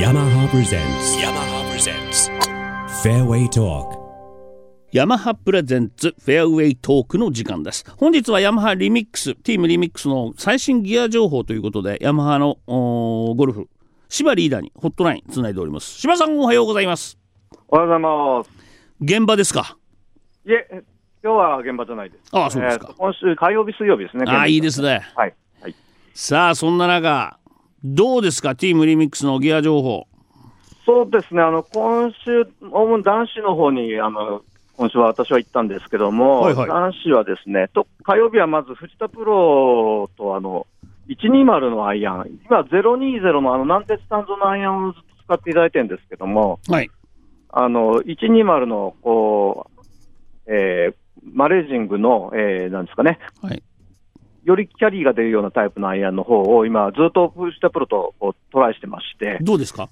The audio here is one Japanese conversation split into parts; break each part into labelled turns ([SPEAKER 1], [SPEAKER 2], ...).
[SPEAKER 1] yamaha presents yamaha presents fairway talk
[SPEAKER 2] ヤマハプレゼンツフェアウェイトークの時間です本日はヤマハリミックスティームリミックスの最新ギア情報ということでヤマハのおーゴルフ芝リーダーにホットラインつないでおります芝さんおはようございます
[SPEAKER 3] おはようございます。
[SPEAKER 2] 現場ですか
[SPEAKER 3] いえ、今日は現場じゃないです。
[SPEAKER 2] ああそうですか
[SPEAKER 3] えーと今週火曜日、水曜日ですね。。
[SPEAKER 2] ああいいですすね
[SPEAKER 3] はい。はい、
[SPEAKER 2] さあそんな中どうですかティームリミックスのギア情報
[SPEAKER 3] そうですね、あの今週、主に男子の方にあの今週は私は行ったんですけども、
[SPEAKER 2] はいはい
[SPEAKER 3] 男子はですねと、火曜日はまず藤田プロとあの120のアイアン、今、020のあの南鉄炭素のアイアンをずっと使っていただいてるんですけども、
[SPEAKER 2] はい
[SPEAKER 3] あの120のこう、えーマレージングの、えーなんですかね、
[SPEAKER 2] はい
[SPEAKER 3] よりキャリーが出るようなタイプのアイアンの方を今、ずっと藤田プロとこうトライしてまして、
[SPEAKER 2] どうですか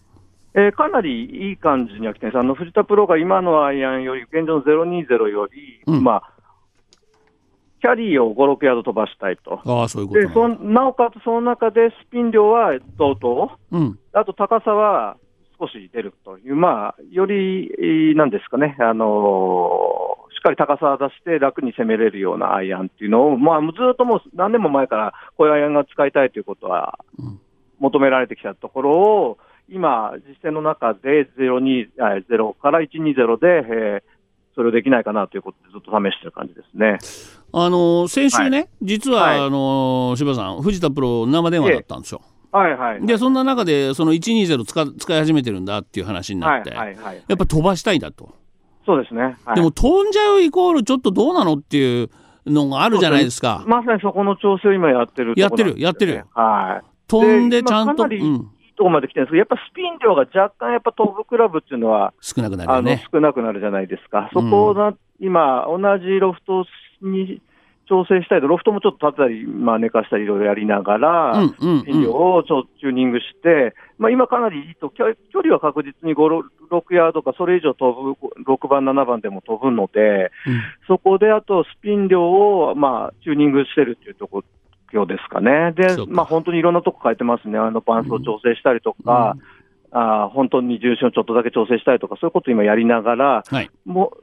[SPEAKER 3] えーかなりいい感じには来てますあの藤田プロが今のアイアンより、現状の020より、
[SPEAKER 2] うん
[SPEAKER 3] まあ、キャリーを5、6ヤード飛ばしたいと。
[SPEAKER 2] ああそういうこ
[SPEAKER 3] で
[SPEAKER 2] と
[SPEAKER 3] そ
[SPEAKER 2] なんだ
[SPEAKER 3] んなおかつ、その中でスピン量は同等、
[SPEAKER 2] うん
[SPEAKER 3] あと高さは少し出るという、まあ、より、えーなんですかね、あのーしっかり高さを出して楽に攻めれるようなアイアンっていうのを、まあ、ずっともう何年も前から、こういうアイアンが使いたいということは
[SPEAKER 2] うん
[SPEAKER 3] 求められてきたところを、今、実践の中で02あ0から120で、えーそれをできないかなということで、ずっと試してる感じですね。
[SPEAKER 2] あの先週ね、実は、
[SPEAKER 3] はい
[SPEAKER 2] あの柴さん藤田プロ生電話だったんですよ
[SPEAKER 3] はいはい。
[SPEAKER 2] でそんな中でその120使使い始めてるんだっていう話に
[SPEAKER 3] は
[SPEAKER 2] なっ
[SPEAKER 3] い
[SPEAKER 2] て、
[SPEAKER 3] はいはい。
[SPEAKER 2] やっぱ飛ばしたいんだと、
[SPEAKER 3] そうですね。はい
[SPEAKER 2] でも飛んじゃうイコールちょっとどうなのっていうのがあるじゃないですか
[SPEAKER 3] まさにそこの調整を今やってるところなんですよね
[SPEAKER 2] やってるやってる。
[SPEAKER 3] はい。
[SPEAKER 2] 飛んでちゃんと、う
[SPEAKER 3] まあかなり
[SPEAKER 2] ん、
[SPEAKER 3] いいとこまで来てるんですけど、やっぱスピン量が若干、やっぱ飛ぶクラブっていうのは、
[SPEAKER 2] 少なくなる
[SPEAKER 3] あ
[SPEAKER 2] よ
[SPEAKER 3] の
[SPEAKER 2] ね
[SPEAKER 3] 少なくなるじゃないですか、そこをな、今、同じロフトに調整したいと、ロフトもちょっと立てたり、まあ、寝かしたり、いろいろやりながら、
[SPEAKER 2] うんうん
[SPEAKER 3] スピン量
[SPEAKER 2] うん
[SPEAKER 3] をちょっとチューニングして、まあ、今、かなりいいと、距距離は確実に5、6ヤードか、それ以上飛ぶ、6番、7番でも飛ぶので、
[SPEAKER 2] うん
[SPEAKER 3] そこであとスピン量を、まあ、チューニングしてるっていうところですかね。で
[SPEAKER 2] そう、か
[SPEAKER 3] まあ、本当にいろんなとこ変えてますね。あの、パンスを調整したりとか、あー本当に重心をちょっとだけ調整したりとか、そういうことを今やりながら、
[SPEAKER 2] はい
[SPEAKER 3] も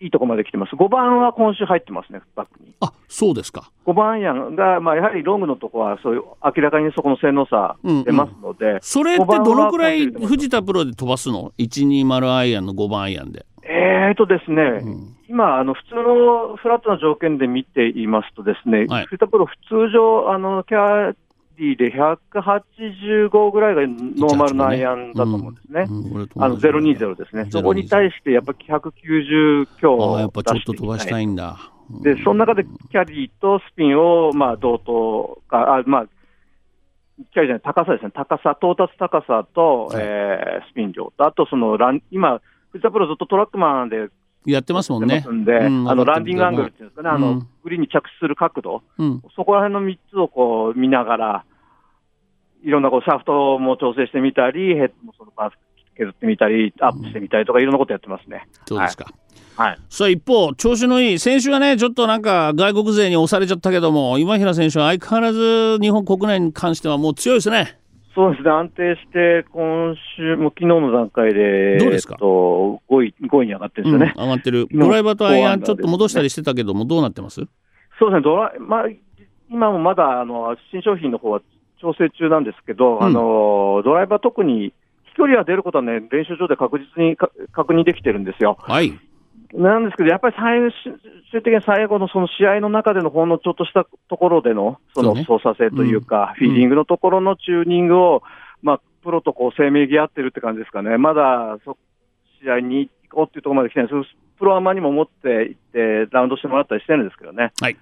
[SPEAKER 3] う、いいとこまで来てます。5番は今週入ってますね、バックに。
[SPEAKER 2] あそうですか、
[SPEAKER 3] 5番アイアンが、まあ、やはりロングのとこは、そういう、明らかにそこの性能差
[SPEAKER 2] うんうん
[SPEAKER 3] 出ますので、
[SPEAKER 2] それってどのくらい
[SPEAKER 3] 五番はまあ
[SPEAKER 2] 藤田プロで飛ばすの120アイアンの5番アイアンで、
[SPEAKER 3] えーとですね、
[SPEAKER 2] うん
[SPEAKER 3] 今、あの普通のフラットな条件で見ていますとですね、
[SPEAKER 2] はい
[SPEAKER 3] フィルタープロ、普通常、あのキャリーで185ぐらいがノーマルのアイアンだと思うんですね。
[SPEAKER 2] うんこれ飛ば
[SPEAKER 3] あの
[SPEAKER 2] せるね
[SPEAKER 3] 020ですね
[SPEAKER 2] 020、
[SPEAKER 3] そこに対してやっぱり190強
[SPEAKER 2] ああやっ
[SPEAKER 3] を
[SPEAKER 2] ぱ
[SPEAKER 3] 出
[SPEAKER 2] ちょっ
[SPEAKER 3] して
[SPEAKER 2] と
[SPEAKER 3] い
[SPEAKER 2] 飛ばし
[SPEAKER 3] き
[SPEAKER 2] た
[SPEAKER 3] たい、
[SPEAKER 2] いんだうん
[SPEAKER 3] でその中でキャリーとスピンをまあ同等か、あまあ、キャリーじゃない、高さですね、高さ、到達高さと、
[SPEAKER 2] はい
[SPEAKER 3] えースピン量と、あとそのラン、今、フィルタープロずっとトラックマンで
[SPEAKER 2] やってますもん
[SPEAKER 3] 出ま
[SPEAKER 2] ね
[SPEAKER 3] すんで、
[SPEAKER 2] うん
[SPEAKER 3] あのランディングアングルっていうんですかね、あ
[SPEAKER 2] う
[SPEAKER 3] の
[SPEAKER 2] ん
[SPEAKER 3] グリーンに着地する角度、
[SPEAKER 2] うん
[SPEAKER 3] そこら辺の3つをこう見ながら、いろんなこうシャフトも調整してみたり、ヘッドもそのバース削ってみたり、アップしてみたりとか、いろんなことやってますね。
[SPEAKER 2] そうですか、
[SPEAKER 3] はい、
[SPEAKER 2] さあ一方、調子のいい先週はね、ちょっとなんか外国勢に押されちゃったけども、今平選手は相変わらず日本国内に関してはもう強いですね。
[SPEAKER 3] そうですね、安定して、今週も昨日の段階で、
[SPEAKER 2] どうですか
[SPEAKER 3] えっと 5, 位 ?5 位に上がってる
[SPEAKER 2] う
[SPEAKER 3] んですよ
[SPEAKER 2] ん
[SPEAKER 3] ね。
[SPEAKER 2] 上がってる。
[SPEAKER 3] 昨日
[SPEAKER 2] ドライバーとアイアン
[SPEAKER 3] 4
[SPEAKER 2] ちょっと戻したりしてたけども、どうなってます
[SPEAKER 3] そうですね、ドラまあ、今もまだあの新商品の方は調整中なんですけど、
[SPEAKER 2] うん
[SPEAKER 3] あのドライバー、特に飛距離は出ることは、ね、練習場で確実にか確認できてるんですよ。
[SPEAKER 2] はい。
[SPEAKER 3] なんですけど、やっぱり最終的に最後のその試合の中でのほんのちょっとしたところでのそ
[SPEAKER 2] そうね
[SPEAKER 3] の操作性というか、
[SPEAKER 2] うん
[SPEAKER 3] フィーリングのところのチューニングを、まあ、プロとこう生命ぎ合ってるって感じですかね、まだそ試合に行こうっていうところまで来てないです、プロアマにも持って行って、ラウンドしてもらったりしてるんですけどね、
[SPEAKER 2] はい、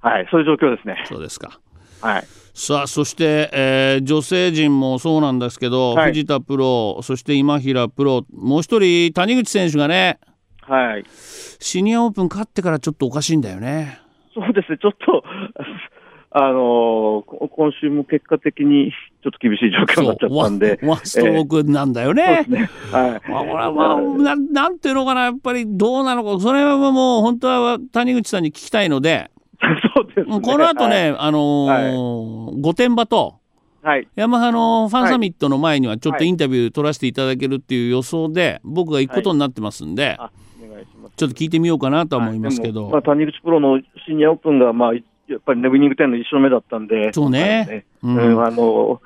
[SPEAKER 3] はい、そういう状況ですね。
[SPEAKER 2] そうですか。
[SPEAKER 3] はい、
[SPEAKER 2] さあ、そして、えー女性陣もそうなんですけど、
[SPEAKER 3] はい
[SPEAKER 2] 藤田プロ、そして今平プロ、もう一人、谷口選手がね、
[SPEAKER 3] はい、
[SPEAKER 2] シニアオープン勝ってからちょっとおかしいんだよね。
[SPEAKER 3] そうですね、ちょっと、あのこ今週も結果的にちょっと厳しい状況になっちゃった
[SPEAKER 2] ワ
[SPEAKER 3] ん
[SPEAKER 2] ン
[SPEAKER 3] で、
[SPEAKER 2] ワンストロークなんだよね。
[SPEAKER 3] そうですねはい、
[SPEAKER 2] まあ、これはまあな、なんていうのかな、やっぱりどうなのか、それはもう本当は谷口さんに聞きたいので、
[SPEAKER 3] そうです
[SPEAKER 2] う
[SPEAKER 3] ね。
[SPEAKER 2] んこの後
[SPEAKER 3] はい。
[SPEAKER 2] ね、あのー御殿場と
[SPEAKER 3] はい、
[SPEAKER 2] ヤマハのファンサミットの前にはちょっ
[SPEAKER 3] は
[SPEAKER 2] と
[SPEAKER 3] い
[SPEAKER 2] インタビュー取らせていただけるっていう予想で僕が行くことになってますんで、
[SPEAKER 3] あお願いします。
[SPEAKER 2] ちょっと聞いてみようかなとは思いますけ
[SPEAKER 3] は
[SPEAKER 2] ど、
[SPEAKER 3] いでもまあ、谷口プロのシニアオープンが、まあ、いやっぱりネビニング10の一勝目だったんで、
[SPEAKER 2] そうね
[SPEAKER 3] はい
[SPEAKER 2] うん
[SPEAKER 3] うんあの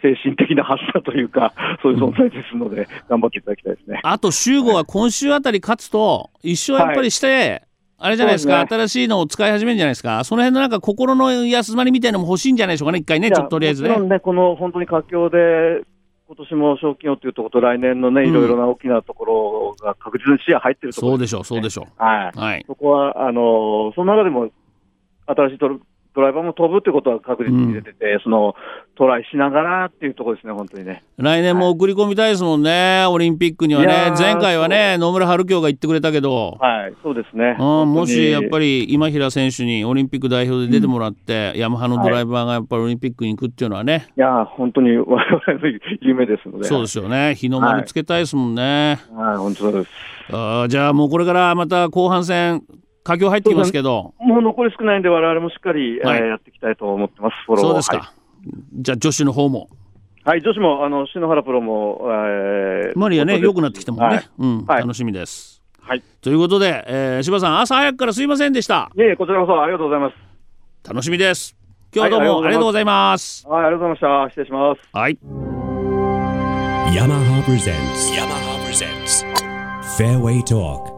[SPEAKER 3] 精神的な発射というか、そういう存在ですので、頑張っていただきたいですね。
[SPEAKER 2] あと週後は今週あたり勝つと一生やっぱりして、あれじゃないですか
[SPEAKER 3] そうです
[SPEAKER 2] 新しいのを使い始めるんじゃないですかその辺のなんか心の休まりみたいなのも欲しいんじゃないでしょうかね一回ね
[SPEAKER 3] いや
[SPEAKER 2] ちょっととりあえずね
[SPEAKER 3] もちろんね、この本当に佳境で、今年も賞金王というところと、来年のね、
[SPEAKER 2] うん
[SPEAKER 3] いろいろな大きなところが確実に視野入ってるとこ
[SPEAKER 2] そ
[SPEAKER 3] ろ
[SPEAKER 2] うでしょうそうでしょ
[SPEAKER 3] はいう
[SPEAKER 2] はい
[SPEAKER 3] そこは、あのその中でも、新しいドラドライバーも飛ぶってことは確実に出てて、そのトライしながらっていうところですね、本当にね。
[SPEAKER 2] 来年も送り込みたいですもんねオリンピックにはいね
[SPEAKER 3] やー
[SPEAKER 2] 前回はね野村春京が言ってくれたけど、
[SPEAKER 3] はい、そうですね。
[SPEAKER 2] うん、もしやっぱ
[SPEAKER 3] り、
[SPEAKER 2] り今平選手にオリンピック代表で出てもらって、ヤマハのドライバーがやっぱりオリンピックに行くっていうのはね、
[SPEAKER 3] いや、本当に我々の夢ですので、。
[SPEAKER 2] そうですすよね日の丸つけたいですもんね、
[SPEAKER 3] はい、本当そうです。
[SPEAKER 2] あーじゃあもうこれからまた後半戦佳境入ってきますけど
[SPEAKER 3] もう残り少ないんで、我々もしっかり、
[SPEAKER 2] はい
[SPEAKER 3] えーやっていきたいと思ってます、フォロー
[SPEAKER 2] そう
[SPEAKER 3] を
[SPEAKER 2] ですか、じゃあ女子の方も
[SPEAKER 3] はい、はい女子も、あの篠原プロも、えー
[SPEAKER 2] マリアね良くなってきたもんね、
[SPEAKER 3] はい
[SPEAKER 2] うん、
[SPEAKER 3] はい
[SPEAKER 2] 楽しみです
[SPEAKER 3] はい。
[SPEAKER 2] ということで、えー、柴さん朝早くからすいませんでした
[SPEAKER 3] いえいえ、こちらこそありがとうございます。
[SPEAKER 2] 楽しみです今日はどうも
[SPEAKER 3] はい
[SPEAKER 2] あ
[SPEAKER 3] あ
[SPEAKER 2] りが
[SPEAKER 3] り
[SPEAKER 2] とう
[SPEAKER 3] がとう
[SPEAKER 2] ご
[SPEAKER 3] ご
[SPEAKER 2] ざいます
[SPEAKER 3] はい、ありがとうございました。失礼します。
[SPEAKER 2] はい。
[SPEAKER 1] yamaha presents yamaha presents fairway talk